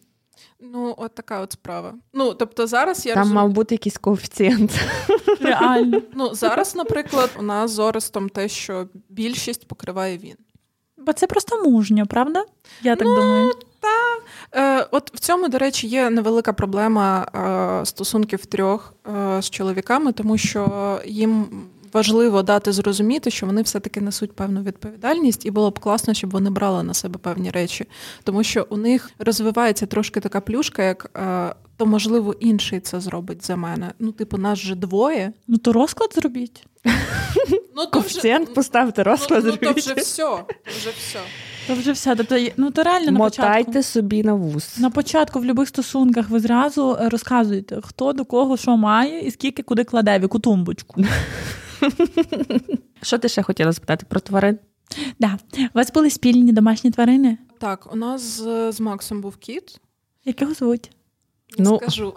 S2: Ну, от така от справа. Ну тобто, зараз я
S3: Там
S2: розумію.
S3: мав бути якийсь коефіцієнт.
S4: Реально.
S2: Ну зараз, наприклад, у нас з Орестом те, що більшість покриває він.
S4: Бо це просто мужньо, правда? Я так думаю.
S2: Е, от в цьому, до речі, є невелика проблема е, стосунків трьох е, з чоловіками, тому що їм важливо дати зрозуміти, що вони все-таки несуть певну відповідальність, і було б класно, щоб вони брали на себе певні речі, тому що у них розвивається трошки така плюшка, як е, то можливо інший це зробить за мене. Ну, типу, нас же двоє.
S4: Ну то розклад зробіть.
S2: Ну то
S3: Коефіцієнт поставте, розклад
S2: ну, то вже
S3: зробіть.
S2: все. Вже все.
S4: То вже все. Тобто, є- ну то реально на початку. Ну.
S3: Мотайте собі на вус.
S4: На початку в будь-яких стосунках ви зразу е, розказуєте, хто до кого що має і скільки куди кладе, в яку тумбочку.
S3: Що ти ще хотіла спитати про тварин?
S4: Да. У вас були спільні домашні тварини?
S2: Так, у нас з, з Максом був кіт.
S4: Якого звуть?
S2: Не
S3: Ну.
S2: скажу.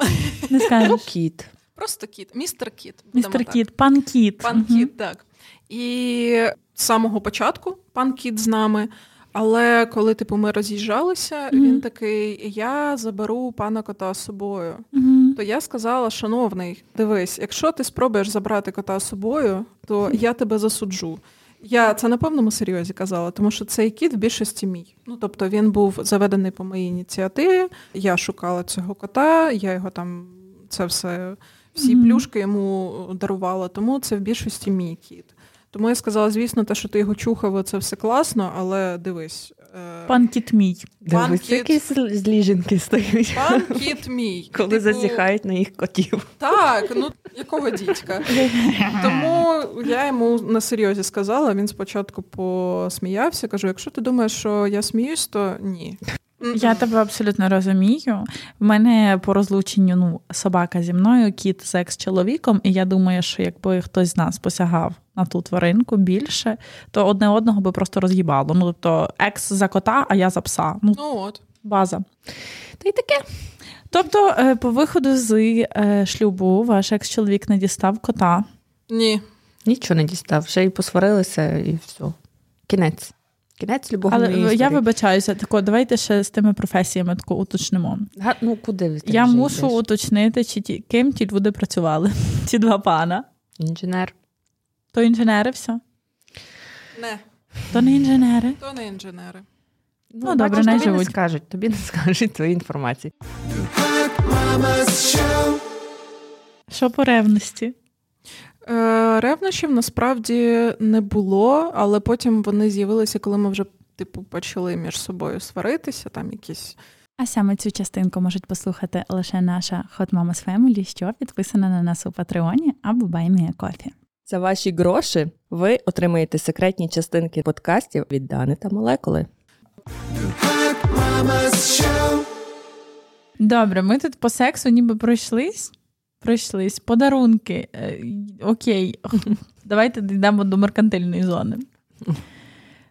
S4: Не скажеш.
S3: Кіт.
S2: Просто кіт, містер кіт. будемо
S4: Містер
S2: так.
S4: Кіт, пан Кіт.
S2: Пан
S4: Мгм.
S2: Кіт, так. І з самого початку пан Кіт з нами. Але коли типу ми роз'їжджалися,
S4: Мгм.
S2: він такий: я заберу пана кота з собою.
S4: Мгм.
S2: То я сказала, шановний, дивись, якщо ти спробуєш забрати кота з собою, то я тебе засуджу. Я це на повному серйозі казала, тому що цей кіт в більшості мій. Ну тобто він був заведений по моїй ініціативі. Я шукала цього кота, я його там це все, всі
S4: Мгм.
S2: плюшки йому дарувала. Тому це в більшості мій кіт. Тому я сказала, звісно, те, що ти його чухав, це все класно, але дивись, е,
S4: Пан Кіт мій.
S2: Пан
S3: Дивись,
S2: кіт.
S3: які зл- злі жінки стають, (laughs)
S2: пан кіт мій.
S3: коли
S2: Типу,
S3: зазіхають на їх котів.
S2: Так, ну якого дідька? Тому я йому на серйозі сказала. Він спочатку посміявся. Кажу: якщо ти думаєш, що я сміюсь, то ні.
S4: Я тебе абсолютно розумію. В мене по розлученню ну, собака зі мною, кіт з екс-чоловіком, і я думаю, що якби хтось з нас посягав на ту тваринку більше, то одне одного би просто роз'їбало. Ну, тобто екс за кота, а я за пса. Ну,
S2: Ну от.
S4: база.
S3: Та й таке.
S4: Тобто, е, по виходу з е, шлюбу ваш екс-чоловік не дістав кота.
S2: Ні.
S3: Нічого не дістав, ще й посварилися, і все. Кінець. Кінець любовної
S4: Але е,
S3: історії.
S4: я вибачаюся, тако, давайте ще з тими професіями тако уточнимо.
S3: Га- Ну, куди ти
S4: я
S3: вже
S4: мушу
S3: йдеш?
S4: уточнити, чи ті, ким ті люди працювали, (laughs) ці два пана.
S3: Інженер.
S4: То інженери все.
S2: Не,
S4: То не інженери.
S2: то не інженери.
S4: Ну, добре,
S3: бачиш,
S4: не
S3: тобі не
S4: живуть.
S3: скажуть, тобі не скажуть твої інформації.
S5: Hot Mama's Show.
S4: Що по ревності?
S2: Е, ревнощів насправді не було, але потім вони з'явилися, коли ми вже типу почали між собою сваритися, там якісь.
S4: А саме цю частинку можуть послухати лише наша Hot Mamas Family, що підписана на нас у Патреоні або Баймія Кофі.
S3: За ваші гроші ви отримаєте секретні частинки подкастів від Дани та Молекули.
S5: Hot Mama's Show.
S4: Добре, ми тут по сексу ніби пройшлись. Пройшлись. Подарунки. Е, окей. (laughs) Давайте дійдемо до меркантильної зони.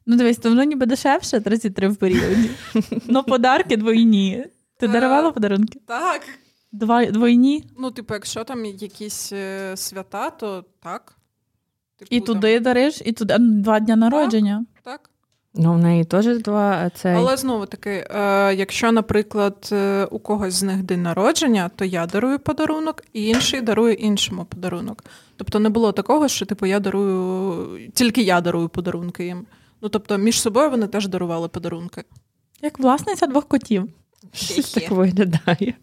S4: Ну, дивись, то воно ніби дешевше 33
S2: (laughs)
S4: в періоді. Ну, подарки двойні. Ти
S2: Е.
S4: дарувала подарунки?
S2: Так.
S4: Два, двойні.
S2: Ну, типу, якщо там якісь е, свята, то так. Типу,
S4: І
S2: там,
S4: туди дариш, і туди А, ну, два дня народження.
S2: Так.
S3: Ну, в неї теж два е, це.
S2: Але знову таки, е, якщо, наприклад, е, у когось з них день народження, то я дарую подарунок, і інший дарує іншому подарунок. Тобто не було такого, що типу я дарую тільки я дарую подарунки їм. Ну тобто між собою вони теж дарували подарунки.
S4: Як власниця двох котів.
S3: (laughs) Щось так виглядає.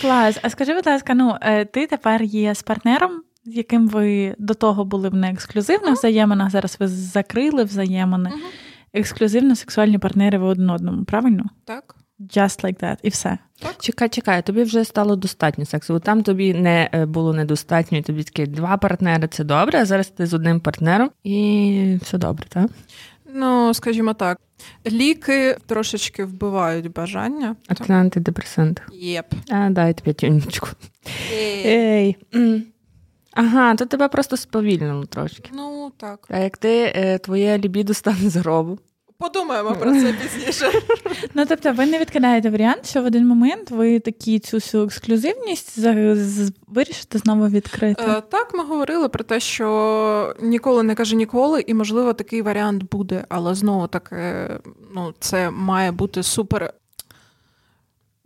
S4: Клас. А скажи, будь ласка, ну е, ти тепер є з партнером, з яким ви до того були в неексклюзивних взаєминах, зараз ви закрили взаємини.
S2: Мгм.
S4: Ексклюзивно сексуальні партнери ви один одному, правильно?
S2: Так.
S4: Just like that, і все.
S3: Чекай, чекай, тобі вже стало достатньо сексу. От Там тобі не е, було недостатньо, і тобі такі два партнери це добре, а зараз ти з одним партнером і все добре, так?
S2: Ну, скажімо так, ліки трошечки вбивають бажання.
S3: А ти на антидепресантах.
S2: Єп.
S3: А, дай тобі тюнечку.
S2: Е.
S3: Ей. Ага, то тебе просто сповільнило трошки.
S2: Ну так.
S3: А як ти е, твоє лібідо стане з гробу.
S2: Подумаємо про це пізніше.
S4: Ну тобто, ви не відкидаєте варіант, що в один момент ви такі цю всю ексклюзивність за- з- вирішите знову відкрити.
S2: Е, Так, ми говорили про те, що ніколи не каже ніколи, і можливо такий варіант буде, але знову таки, ну це має бути супер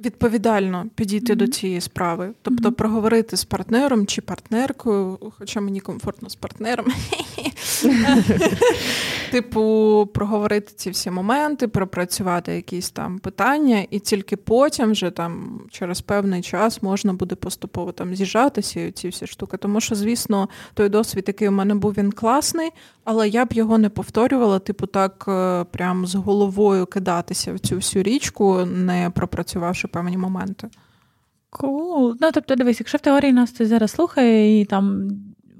S2: відповідально підійти
S4: Мгм.
S2: до цієї справи. Тобто
S4: Мгм.
S2: проговорити з партнером чи партнеркою, хоча мені комфортно з партнером. Типу, проговорити ці всі моменти, пропрацювати якісь там питання, і тільки потім вже там через певний час можна буде поступово там з'їжджатися і ці всі штуки. Тому що, звісно, той досвід, який у мене був, він класний, але я б його не повторювала, типу, так е, прям з головою кидатися в цю всю річку, не пропрацювавши певні моменти.
S4: Cool. Ну тобто, дивись, якщо в теорії нас хтось зараз слухає, і там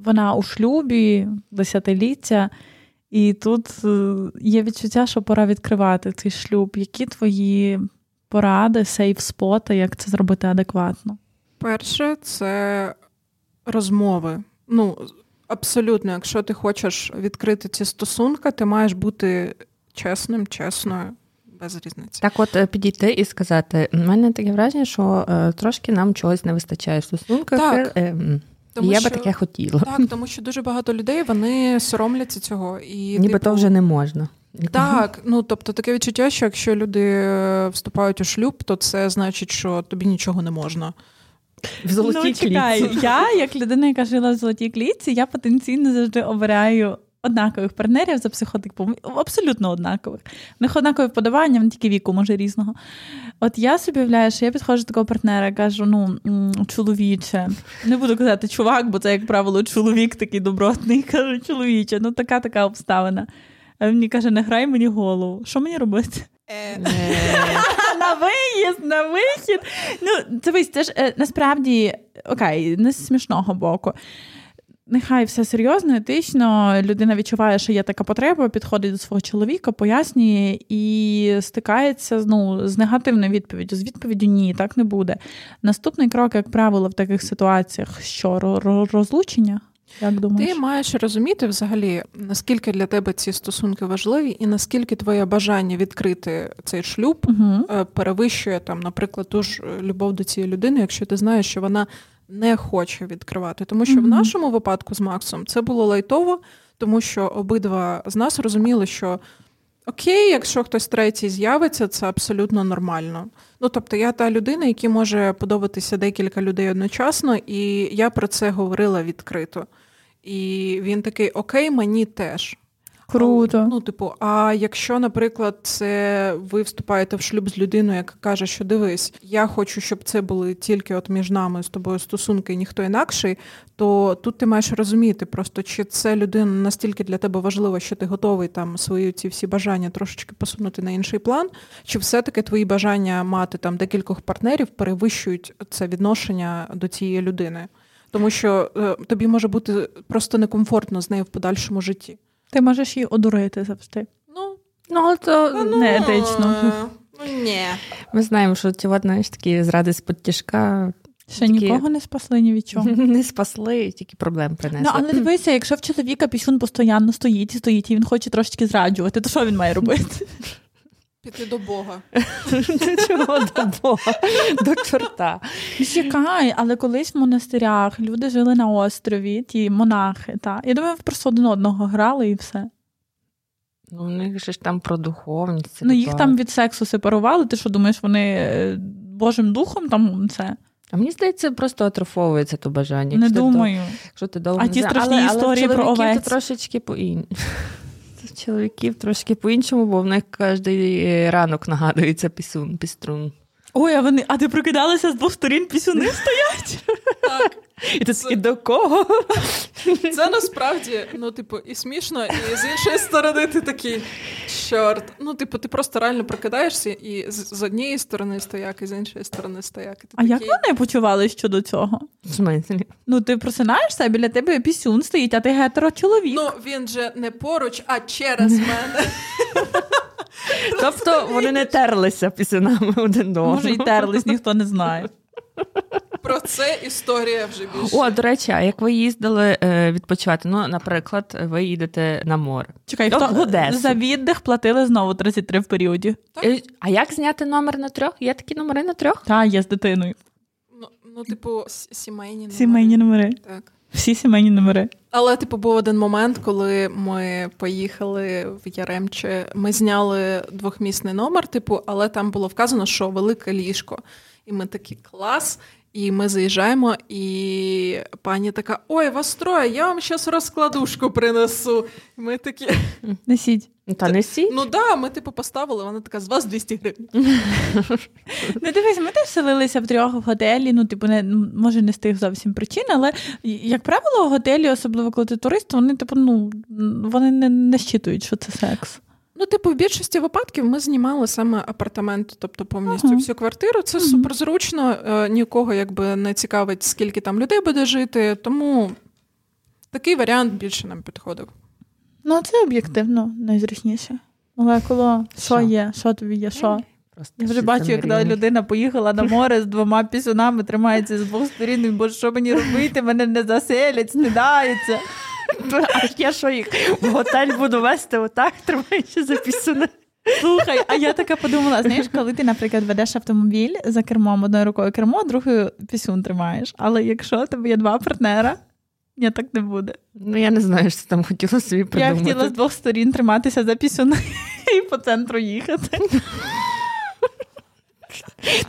S4: вона у шлюбі десятиліття, і тут е, є відчуття, що пора відкривати цей шлюб. Які твої поради, сейф споти, як це зробити адекватно?
S2: Перше, це розмови. Ну, абсолютно, якщо ти хочеш відкрити ці стосунки, ти маєш бути чесним, чесною, без різниці.
S3: Так, от е, підійти і сказати: у мене таке враження, що е, трошки нам чогось не вистачає в стосунках.
S2: Так.
S3: Е, м,
S2: Тому
S3: я
S2: що-
S3: би таке хотіла.
S2: Так, тому що дуже багато людей вони соромляться цього. І,
S3: Ніби
S2: типу,
S3: то вже не можна.
S2: Так, ну тобто таке відчуття, що якщо люди е, вступають у шлюб, то це значить, що тобі нічого не можна.
S3: (laughs) в золотій
S4: ну, чекай,
S3: клітці.
S4: я, як людина, яка жила в золотій клітці, я потенційно завжди обираю однакових партнерів за психотипом, абсолютно однакових. В них однакове подавання, вони тільки віку, може, різного. От я собі уявляю, що я підходжу до такого партнера, кажу: ну, м, чоловіче, не буду казати чувак, бо це, як правило, чоловік такий добротний. (laughs) Кажу, чоловіче, ну така така обставина. А він мені каже, не грай мені голову. Що мені робити? (laughs) на виїзд, на вихід. Ну, дивись, це ж е, насправді окей, не з смішного боку. Нехай все серйозно, етично. Людина відчуває, що є така потреба, підходить до свого чоловіка, пояснює і стикається ну, з негативною відповіддю. З відповіддю ні, так не буде. Наступний крок, як правило, в таких ситуаціях що ро- ро- розлучення? Як думаєш?
S2: Ти маєш розуміти взагалі, наскільки для тебе ці стосунки важливі, і наскільки твоє бажання відкрити цей шлюб
S4: Угу.
S2: е, перевищує там, наприклад, ту ж е, любов до цієї людини, якщо ти знаєш, що вона не хоче відкривати. Тому що в
S4: Мгм.
S2: нашому випадку з Максом це було лайтово, тому що обидва з нас розуміли, що окей, якщо хтось третій з'явиться, це абсолютно нормально. Ну тобто, я та людина, якій може подобатися декілька людей одночасно, і я про це говорила відкрито. І він такий: Окей, мені теж.
S4: Круто.
S2: Ну, типу, а якщо, наприклад, це ви вступаєте в шлюб з людиною, яка каже, що дивись, я хочу, щоб це були тільки от між нами з тобою стосунки і ніхто інакший, то тут ти маєш розуміти, просто чи це людина настільки для тебе важлива, що ти готовий там свої ці всі бажання трошечки посунути на інший план, чи все-таки твої бажання мати там декількох партнерів перевищують це відношення до цієї людини. Тому що е, тобі може бути просто некомфортно з нею в подальшому житті.
S4: Ти можеш її одурити завжди.
S2: Ну,
S3: Ну, але то
S4: Не етично.
S2: Ну, ні.
S3: ми знаємо, що ті от, знаєш, такі зради з підтяжка
S4: Ще
S3: Такі-
S4: нікого не спасли ні від чого.
S3: (laughs) не спасли, тільки проблем
S4: Ну,
S3: принесли.
S4: але дивися, якщо в чоловіка пішун постійно стоїть і стоїть, і він хоче трошечки зраджувати, то що він має робити?
S2: Піти до Бога.
S3: Ти чого (laughs) до Бога, до чорта.
S4: (laughs) Чекай, але колись в монастирях люди жили на острові, ті монахи. Та я думаю, просто один одного грали і все.
S3: Ну, у них же ж там про духовність.
S4: ну їх там від сексу сепарували. Ти що думаєш, вони е, Божим духом там це
S3: А мені здається, просто атрофовується то бажання.
S4: не
S3: Якщо ти
S4: думаю.
S3: дов- Якщо ти довго
S4: А
S3: не
S4: ті
S3: за-
S4: страшні
S3: але,
S4: історії
S3: але
S4: про
S3: чоловіків то
S4: овець.
S3: трошечки по ін... (laughs) Чоловіків трошки по-іншому, бо в них кожен ранок нагадується пісун, піструн.
S4: Ой, а вони, а ти прокидалася з двох сторін пісюни стоять?
S2: Так.
S3: І ти такий, до кого?
S2: Це насправді, ну, типу, і смішно, і з іншої сторони, ти такий чорт. Ну, типу, ти просто реально прокидаєшся і з, з однієї сторони стояк, і з іншої сторони стояк. І ти
S4: (laughs) А як
S2: такий,
S4: вони почували щодо цього?
S3: В смислі?
S4: Ну, ти просинаєшся, а біля тебе пісюн стоїть, а ти гетеро чоловік.
S2: Ну, він же не поруч, а через мене.
S3: Тобто вони не терлися пісюнами один до одного.
S4: Може, і (laughs) терлись, ніхто не знає.
S2: Про це історія вже більше.
S3: О, до речі, а як ви їздили е, відпочивати? Ну, наприклад, ви їдете на море.
S4: Чекай,
S3: До
S4: хто
S3: Одеси.
S4: за віддих платили знову 33 в періоді.
S2: Так.
S3: Е, А як зняти номер на трьох? Є такі номери на трьох?
S4: Та, я з дитиною.
S2: Ну, ну, типу, с- сімейні номери.
S4: Сімейні номери.
S2: Так.
S4: Всі сімейні номери.
S2: Але, типу, був один момент, коли ми поїхали в Яремче. Ми зняли двохмісний номер, типу, але там було вказано, що велике ліжко. І ми такі клас. І ми заїжджаємо, і пані така: Ой, вас троє, я вам щас розкладушку принесу. І ми такі,
S4: Несіть.
S3: Та не всі.
S2: ну да, ми типу поставили. Вона така, з вас 200 гривень.
S4: Ну дивись, ми теж селилися в трьох в готелі. Ну, типу, не ну, може не з тих зовсім причин, але й- як правило, в готелі, особливо коли ти турист, вони типу, ну м, вони не, не щитують, що це секс.
S2: Ну, типу, в більшості випадків ми знімали саме апартамент, тобто повністю
S4: Ага.
S2: всю квартиру. Це
S4: Мгм.
S2: суперзручно. е, Нікого якби не цікавить, скільки там людей буде жити. Тому такий варіант більше нам підходив.
S4: Ну, це об'єктивно найзручніше. Але коли
S3: Що?
S4: що є, що тобі є, що?
S3: Просто
S4: Я вже
S3: всі
S4: бачу, як
S3: замріяні.
S4: людина поїхала на море з двома пісюнами, тримається з двох сторін. Бо що мені робити? Мене не заселять, стидається.
S3: А я що їх в готель буду вести отак, тримаючи за пісюни?
S4: Слухай, а я така подумала: знаєш, коли ти, наприклад, ведеш автомобіль за кермом, одною рукою кермо, другою пісюн тримаєш. Але якщо у тебе є два партнера, ні, так не буде.
S3: Ну я не знаю, що там хотіла собі
S4: Я хотіла з
S3: придумати.
S4: двох сторін триматися за пісюни (laughs) і по центру їхати.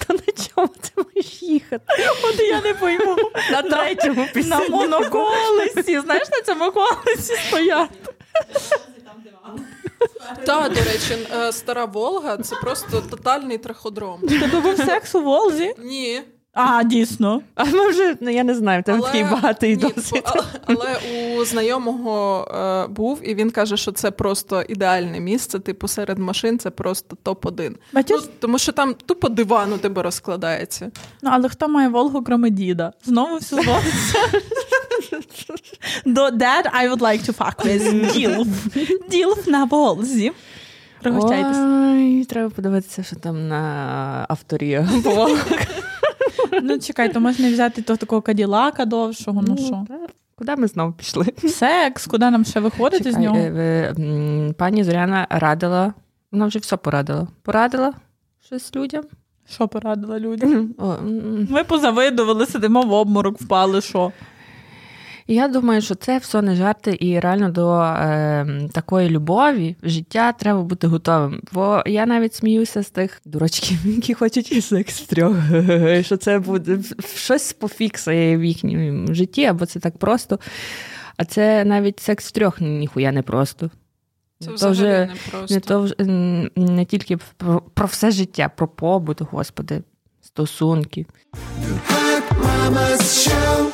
S3: Та на чому ти маєш їхати?
S4: От я не пойму.
S3: На (laughs) третьому
S4: На
S3: пісюні.
S4: моноколесі, знаєш, на цьому колесі стоять.
S2: Та, до речі, е, стара Волга це просто тотальний траходром.
S4: Тебе був секс у Волзі?
S2: Ні,
S4: А, дійсно.
S3: А ми вже, ну я не знаю, там
S2: але-
S3: такий багатий
S2: ні, типу,
S3: досвід.
S2: Але, але у знайомого е, був, і він каже, що це просто ідеальне місце. Типу, серед машин це просто топ-1. Ну,
S4: Бачиш,
S2: тому що там тупо диван у тебе розкладається.
S4: ну але хто має Волгу, кроме діда? Знову все зводиться. До dad I would like to fuck with. Ділф. Ділф на Волзі. Пригощайтесь.
S3: Ой, треба подивитися, що там на авторі було.
S4: Ну чекай, то можна взяти того такого каділака довшого, ну що.
S3: та, Куди ми знову пішли?
S4: Секс, куди нам ще виходити з
S3: Чекай,
S4: нього?
S3: е, ви, м, Пані Зоряна радила, вона вже все порадила. Порадила щось людям.
S4: Що порадила людям?
S3: О, м,
S4: Ми позавидували, сидимо в обморок, впали, що.
S3: Я думаю, що це все не жарти, і реально до е, такої любові життя треба бути готовим. Бо я навіть сміюся з тих дурачків, (laughs) які хочуть і секс в трьох, (laughs) що це буде щось пофіксує в їхньому житті, або це так просто. А це навіть секс в трьох ніхуя не просто.
S2: Це
S3: То
S2: взагалі
S3: вже-
S2: не просто.
S3: Не то вже- н- не тільки про, про все життя, про побут, господи, стосунки.
S5: Hack Mama's show.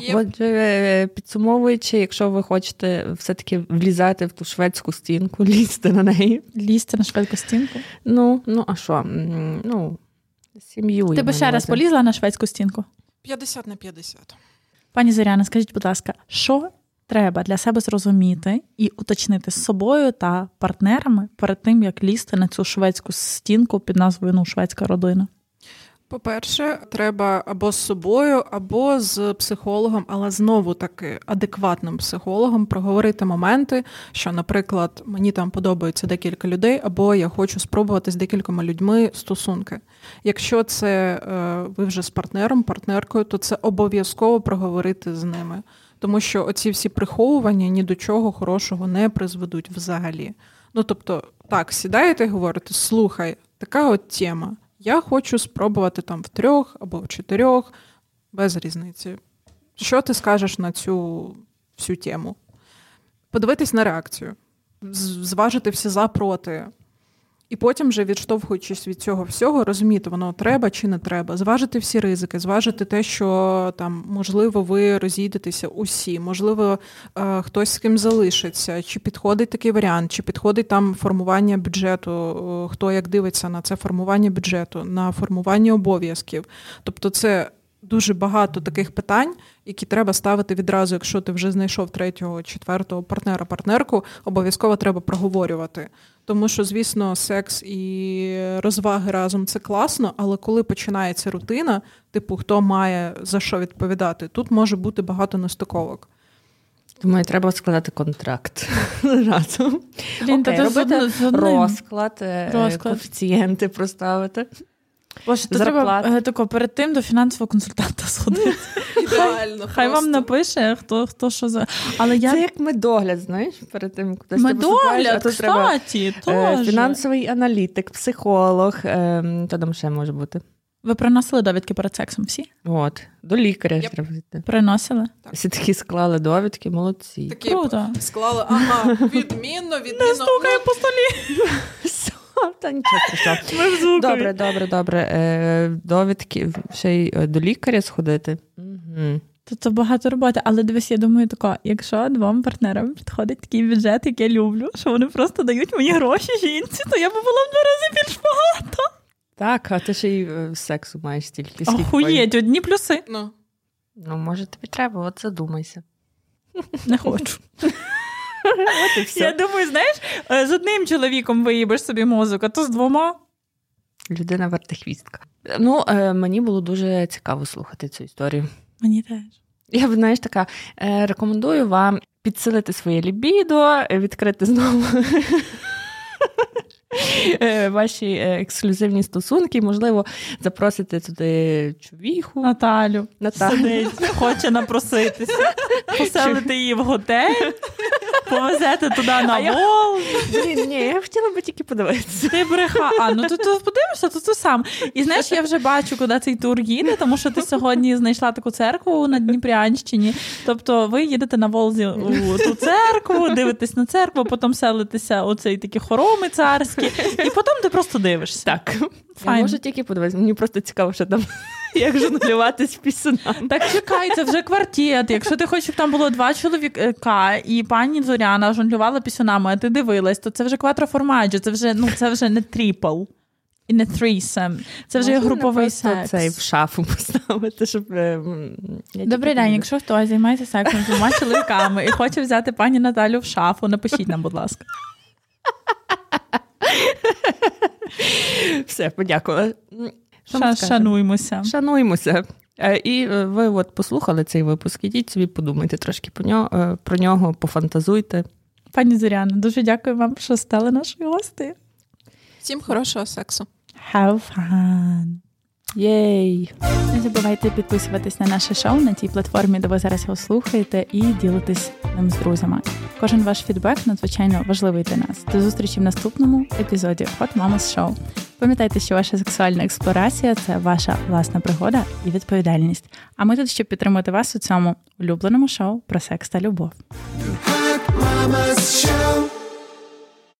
S2: Є-
S3: Отже, е, підсумовуючи, якщо ви хочете все-таки влізати в ту шведську стінку, (laughs) лізти на неї.
S4: Лізти на шведську стінку.
S3: Ну, ну а що? М, Ну, сім'ю. я
S4: Ти би
S3: маю
S4: ще
S3: на
S4: раз
S3: увазі.
S4: полізла на шведську стінку?
S2: 50 на 50.
S4: Пані Зоряна, скажіть, будь ласка, що треба для себе зрозуміти і уточнити з собою та партнерами перед тим, як лізти на цю шведську стінку під назвою ну, шведська родина?
S2: По-перше, треба або з собою, або з психологом, але знову таки адекватним психологом проговорити моменти, що, наприклад, мені там подобається декілька людей, або я хочу спробувати з декількома людьми стосунки. Якщо це е, ви вже з партнером, партнеркою, то це обов'язково проговорити з ними. Тому що оці всі приховування ні до чого хорошого не призведуть взагалі. Ну тобто, так, сідаєте і говорите, слухай, така от тема. Я хочу спробувати там в трьох або в чотирьох, без різниці. Що ти скажеш на цю всю тему? Подивитись на реакцію, з- зважити всі за проти. І потім вже відштовхуючись від цього всього, розуміти, воно треба чи не треба, зважити всі ризики, зважити те, що там можливо ви розійдетеся усі, можливо, е, хтось з ким залишиться, чи підходить такий варіант, чи підходить там формування бюджету, е, хто як дивиться на це формування бюджету, на формування обов'язків. Тобто, це дуже багато таких питань, які треба ставити відразу, якщо ти вже знайшов третього, четвертого партнера, партнерку, обов'язково треба проговорювати. Тому що, звісно, секс і розваги разом це класно, але коли починається рутина, типу, хто має за що відповідати, тут може бути багато нестиковок.
S3: Думаю, треба складати контракт (laughs) разом.
S4: Блін, та
S3: Окей,
S4: то з
S3: робити
S4: одним- з одним.
S3: розклад, е,
S4: Ну, Розклад.
S3: коефіцієнти проставити.
S4: Боже, то
S3: зарплат.
S4: треба е, тако, перед тим до фінансового консультанта
S3: (laughs)
S4: сходити.
S2: Ідеально.
S4: Хай вам напише, хто хто що за. Але я
S3: Це як медогляд, знаєш, перед тим, куди ти поступаєш, а
S4: медогляд,
S3: то треба
S4: кстати,
S3: е,
S4: теж.
S3: фінансовий аналітик, психолог, е, то там ще може бути.
S4: Ви приносили довідки перед сексом всі?
S3: От, до лікаря ж
S2: Yep.
S3: треба йти.
S4: Приносили?
S3: Всі такі склали довідки, молодці.
S2: Такі
S4: Круто.
S2: склали, ага, відмінно,
S3: ну,
S2: відмінно.
S4: Стукає по столі.
S3: Все, Та нічого страшного.
S4: Ми в звукові.
S3: Добре, добре, добре. Е, довідки ще й е, до лікаря сходити. Угу.
S4: То це Тобто багато роботи, але дивись, я думаю, тако, якщо двом партнерам підходить такий бюджет, який я люблю, що вони просто дають мені гроші жінці, то я би була в два рази більш багато.
S3: Так, а ти ще й е, сексу маєш стільки. скільки
S4: Охуєть, одні плюси.
S2: Ну,
S3: Ну, може, тобі треба, от задумайся. (laughs)
S4: Не хочу.
S3: От і
S4: Я
S3: все.
S4: думаю, знаєш, е, з одним чоловіком виїбеш собі мозок, а то з двома.
S3: Людина вертихвістка. Ну, е, мені було дуже цікаво слухати цю історію.
S4: Мені теж.
S3: Я б, знаєш, така е, рекомендую вам підсилити своє лібідо, е, відкрити знову. е, Ваші е, ексклюзивні стосунки, можливо, запросити туди чувіху.
S4: Наталю
S3: Наталю.
S4: сидить, хоче напроситися, поселити її в готель, повезете туди
S3: А
S4: на
S3: я-
S4: вол.
S3: Блін, ні, я хотіла би тільки подивитися.
S4: Ти бреха. А, ну то, то подивишся, то ти сам. І знаєш, я вже бачу, куди цей тур їде, тому що ти сьогодні знайшла таку церкву на Дніпрянщині. Тобто ви їдете на Волзі у ту церкву, дивитесь на церкву, потім селитеся у цей такі хороми царські, і потім ти просто дивишся. Так.
S3: Я
S4: Файн.
S3: можу тільки подивитися. Мені просто цікаво, що там (laughs) як жонглюватись пісюнами.
S4: Так чекай, це вже квартет. Якщо ти хочеш, щоб там було два чоловіка, і пані Зоряна жонглювала пісюнами, а ти дивилась, то це вже квадроформаджі, це вже ну це вже не тріпл. І не трісем. Це вже є
S3: Можна
S4: груповий
S3: просто
S4: секс.
S3: Цей в шафу поставити, щоб. е, м, я
S4: Добрий
S3: тільки
S4: день.
S3: подивлюсь.
S4: Якщо хтось займається сексом з двома чоловіками і хоче взяти пані Наталю в шафу, напишіть нам, будь ласка.
S3: Все, подякувала. М, що ми скажемо?
S4: Ша- шануймося.
S3: Шануємося. Е, І е, ви от послухали цей випуск. Ідіть собі, подумайте трошки про нього, е, про нього пофантазуйте.
S4: Пані Зоряна, дуже дякую вам, що стали нашою гостею.
S2: всім хорошого сексу.
S4: Have fun.
S3: Єй!
S4: Не забувайте підписуватись на наше шоу на тій платформі, де ви зараз його слухаєте, і ділитись ним з друзями. Кожен ваш фідбек надзвичайно важливий для нас. До зустрічі в наступному епізоді Hot Mamas Show. Пам'ятайте, що ваша сексуальна експлорація це ваша власна пригода і відповідальність. А ми тут, щоб підтримати вас у цьому улюбленому шоу про секс та любов.
S5: Hot Mama's Show.